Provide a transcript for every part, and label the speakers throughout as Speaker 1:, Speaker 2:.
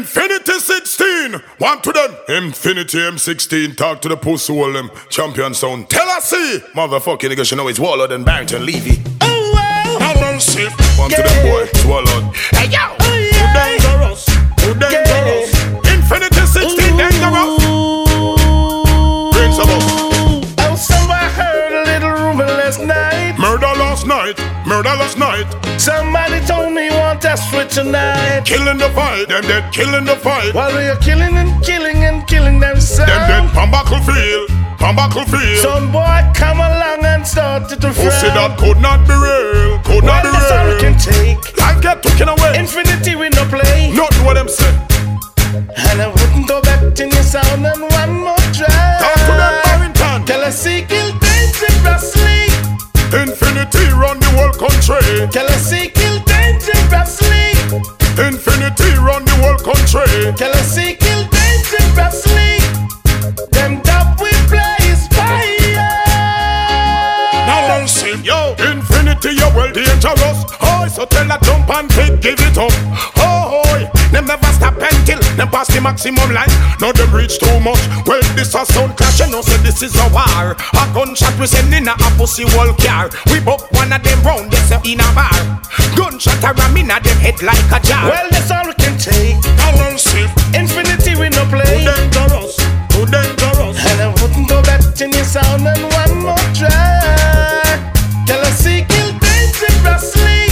Speaker 1: Infinity 16, one to them. Infinity M16, talk to the pussy wall them. Champion sound, tell us see. Motherfucking nigga, she know it's Warlord and Barrington Levy.
Speaker 2: Oh wow,
Speaker 1: No mercy. One to them boy, it's Warlord. Hey yo,
Speaker 2: Oh, yeah.
Speaker 1: who dangerous? Who dangerous? Infinity 16, dangerous. Brings them up.
Speaker 2: oh so I heard a little rumor last night.
Speaker 1: Murder last night, murder last night.
Speaker 2: Somebody told me want us for tonight.
Speaker 1: Killing the fight, them dead, killing the fight.
Speaker 2: While we are killing and killing and killing
Speaker 1: Them dead,
Speaker 2: themselves,
Speaker 1: from Battlefield, from Battlefield.
Speaker 2: some boy come along and started to frown.
Speaker 1: Pussy that could not be real, could
Speaker 2: Well,
Speaker 1: not be
Speaker 2: that's all
Speaker 1: real.
Speaker 2: we can take.
Speaker 1: Life get taken away.
Speaker 2: Infinity we no play,
Speaker 1: Not what them say.
Speaker 2: and I wouldn't go back to New Sound and one more try.
Speaker 1: Talk to them, Barrington.
Speaker 2: Tell us he killed dangerously.
Speaker 1: Infinity run the whole country.
Speaker 2: Tell us he killed dangerously.
Speaker 1: Infinity run the whole country.
Speaker 2: Tell us he killed dangerously. Them top we play is fire.
Speaker 1: Now don't see. Yo, Infinity, you well dangerous. Oh, so tell that jump and take, give it up. Oh, oh, them never stop until them pass the maximum line. Now them reach too much. Well, this a sound clash, you know, say this is a war. A gunshot we send in a pussy wall car. We buck one of them round, yes, in a bar. Gunshot a ram in a them head like a jar.
Speaker 2: Well, that's all we can take.
Speaker 1: Now don't see.
Speaker 2: Infinity we no play.
Speaker 1: dangerous, too dangerous.
Speaker 2: And I wouldn't go back to New Sound and one more try. Tell us he killed dangerously.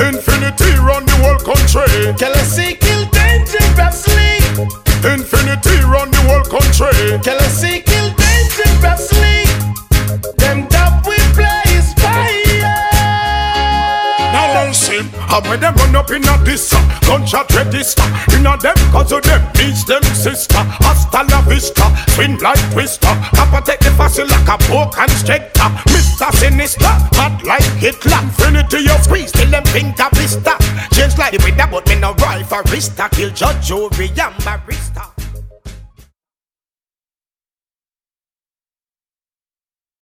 Speaker 1: Infinity run the whole country.
Speaker 2: Tell us he killed dangerously.
Speaker 1: Infinity run the whole country.
Speaker 2: Tell us he killed dangerously. Them top we play is fire.
Speaker 1: Now don't see. And when them run up in a this uh, gunshot register, in a them cause of them needs them sister. Hasta la vista, swing like twister. Papa take the fossil like a boa constrictor. Mr. Sinister, hot like Hitler. Infinity your squeeze till them finger blister. Change like the weather, but me no rifle, Kill judge, jury, and barrister.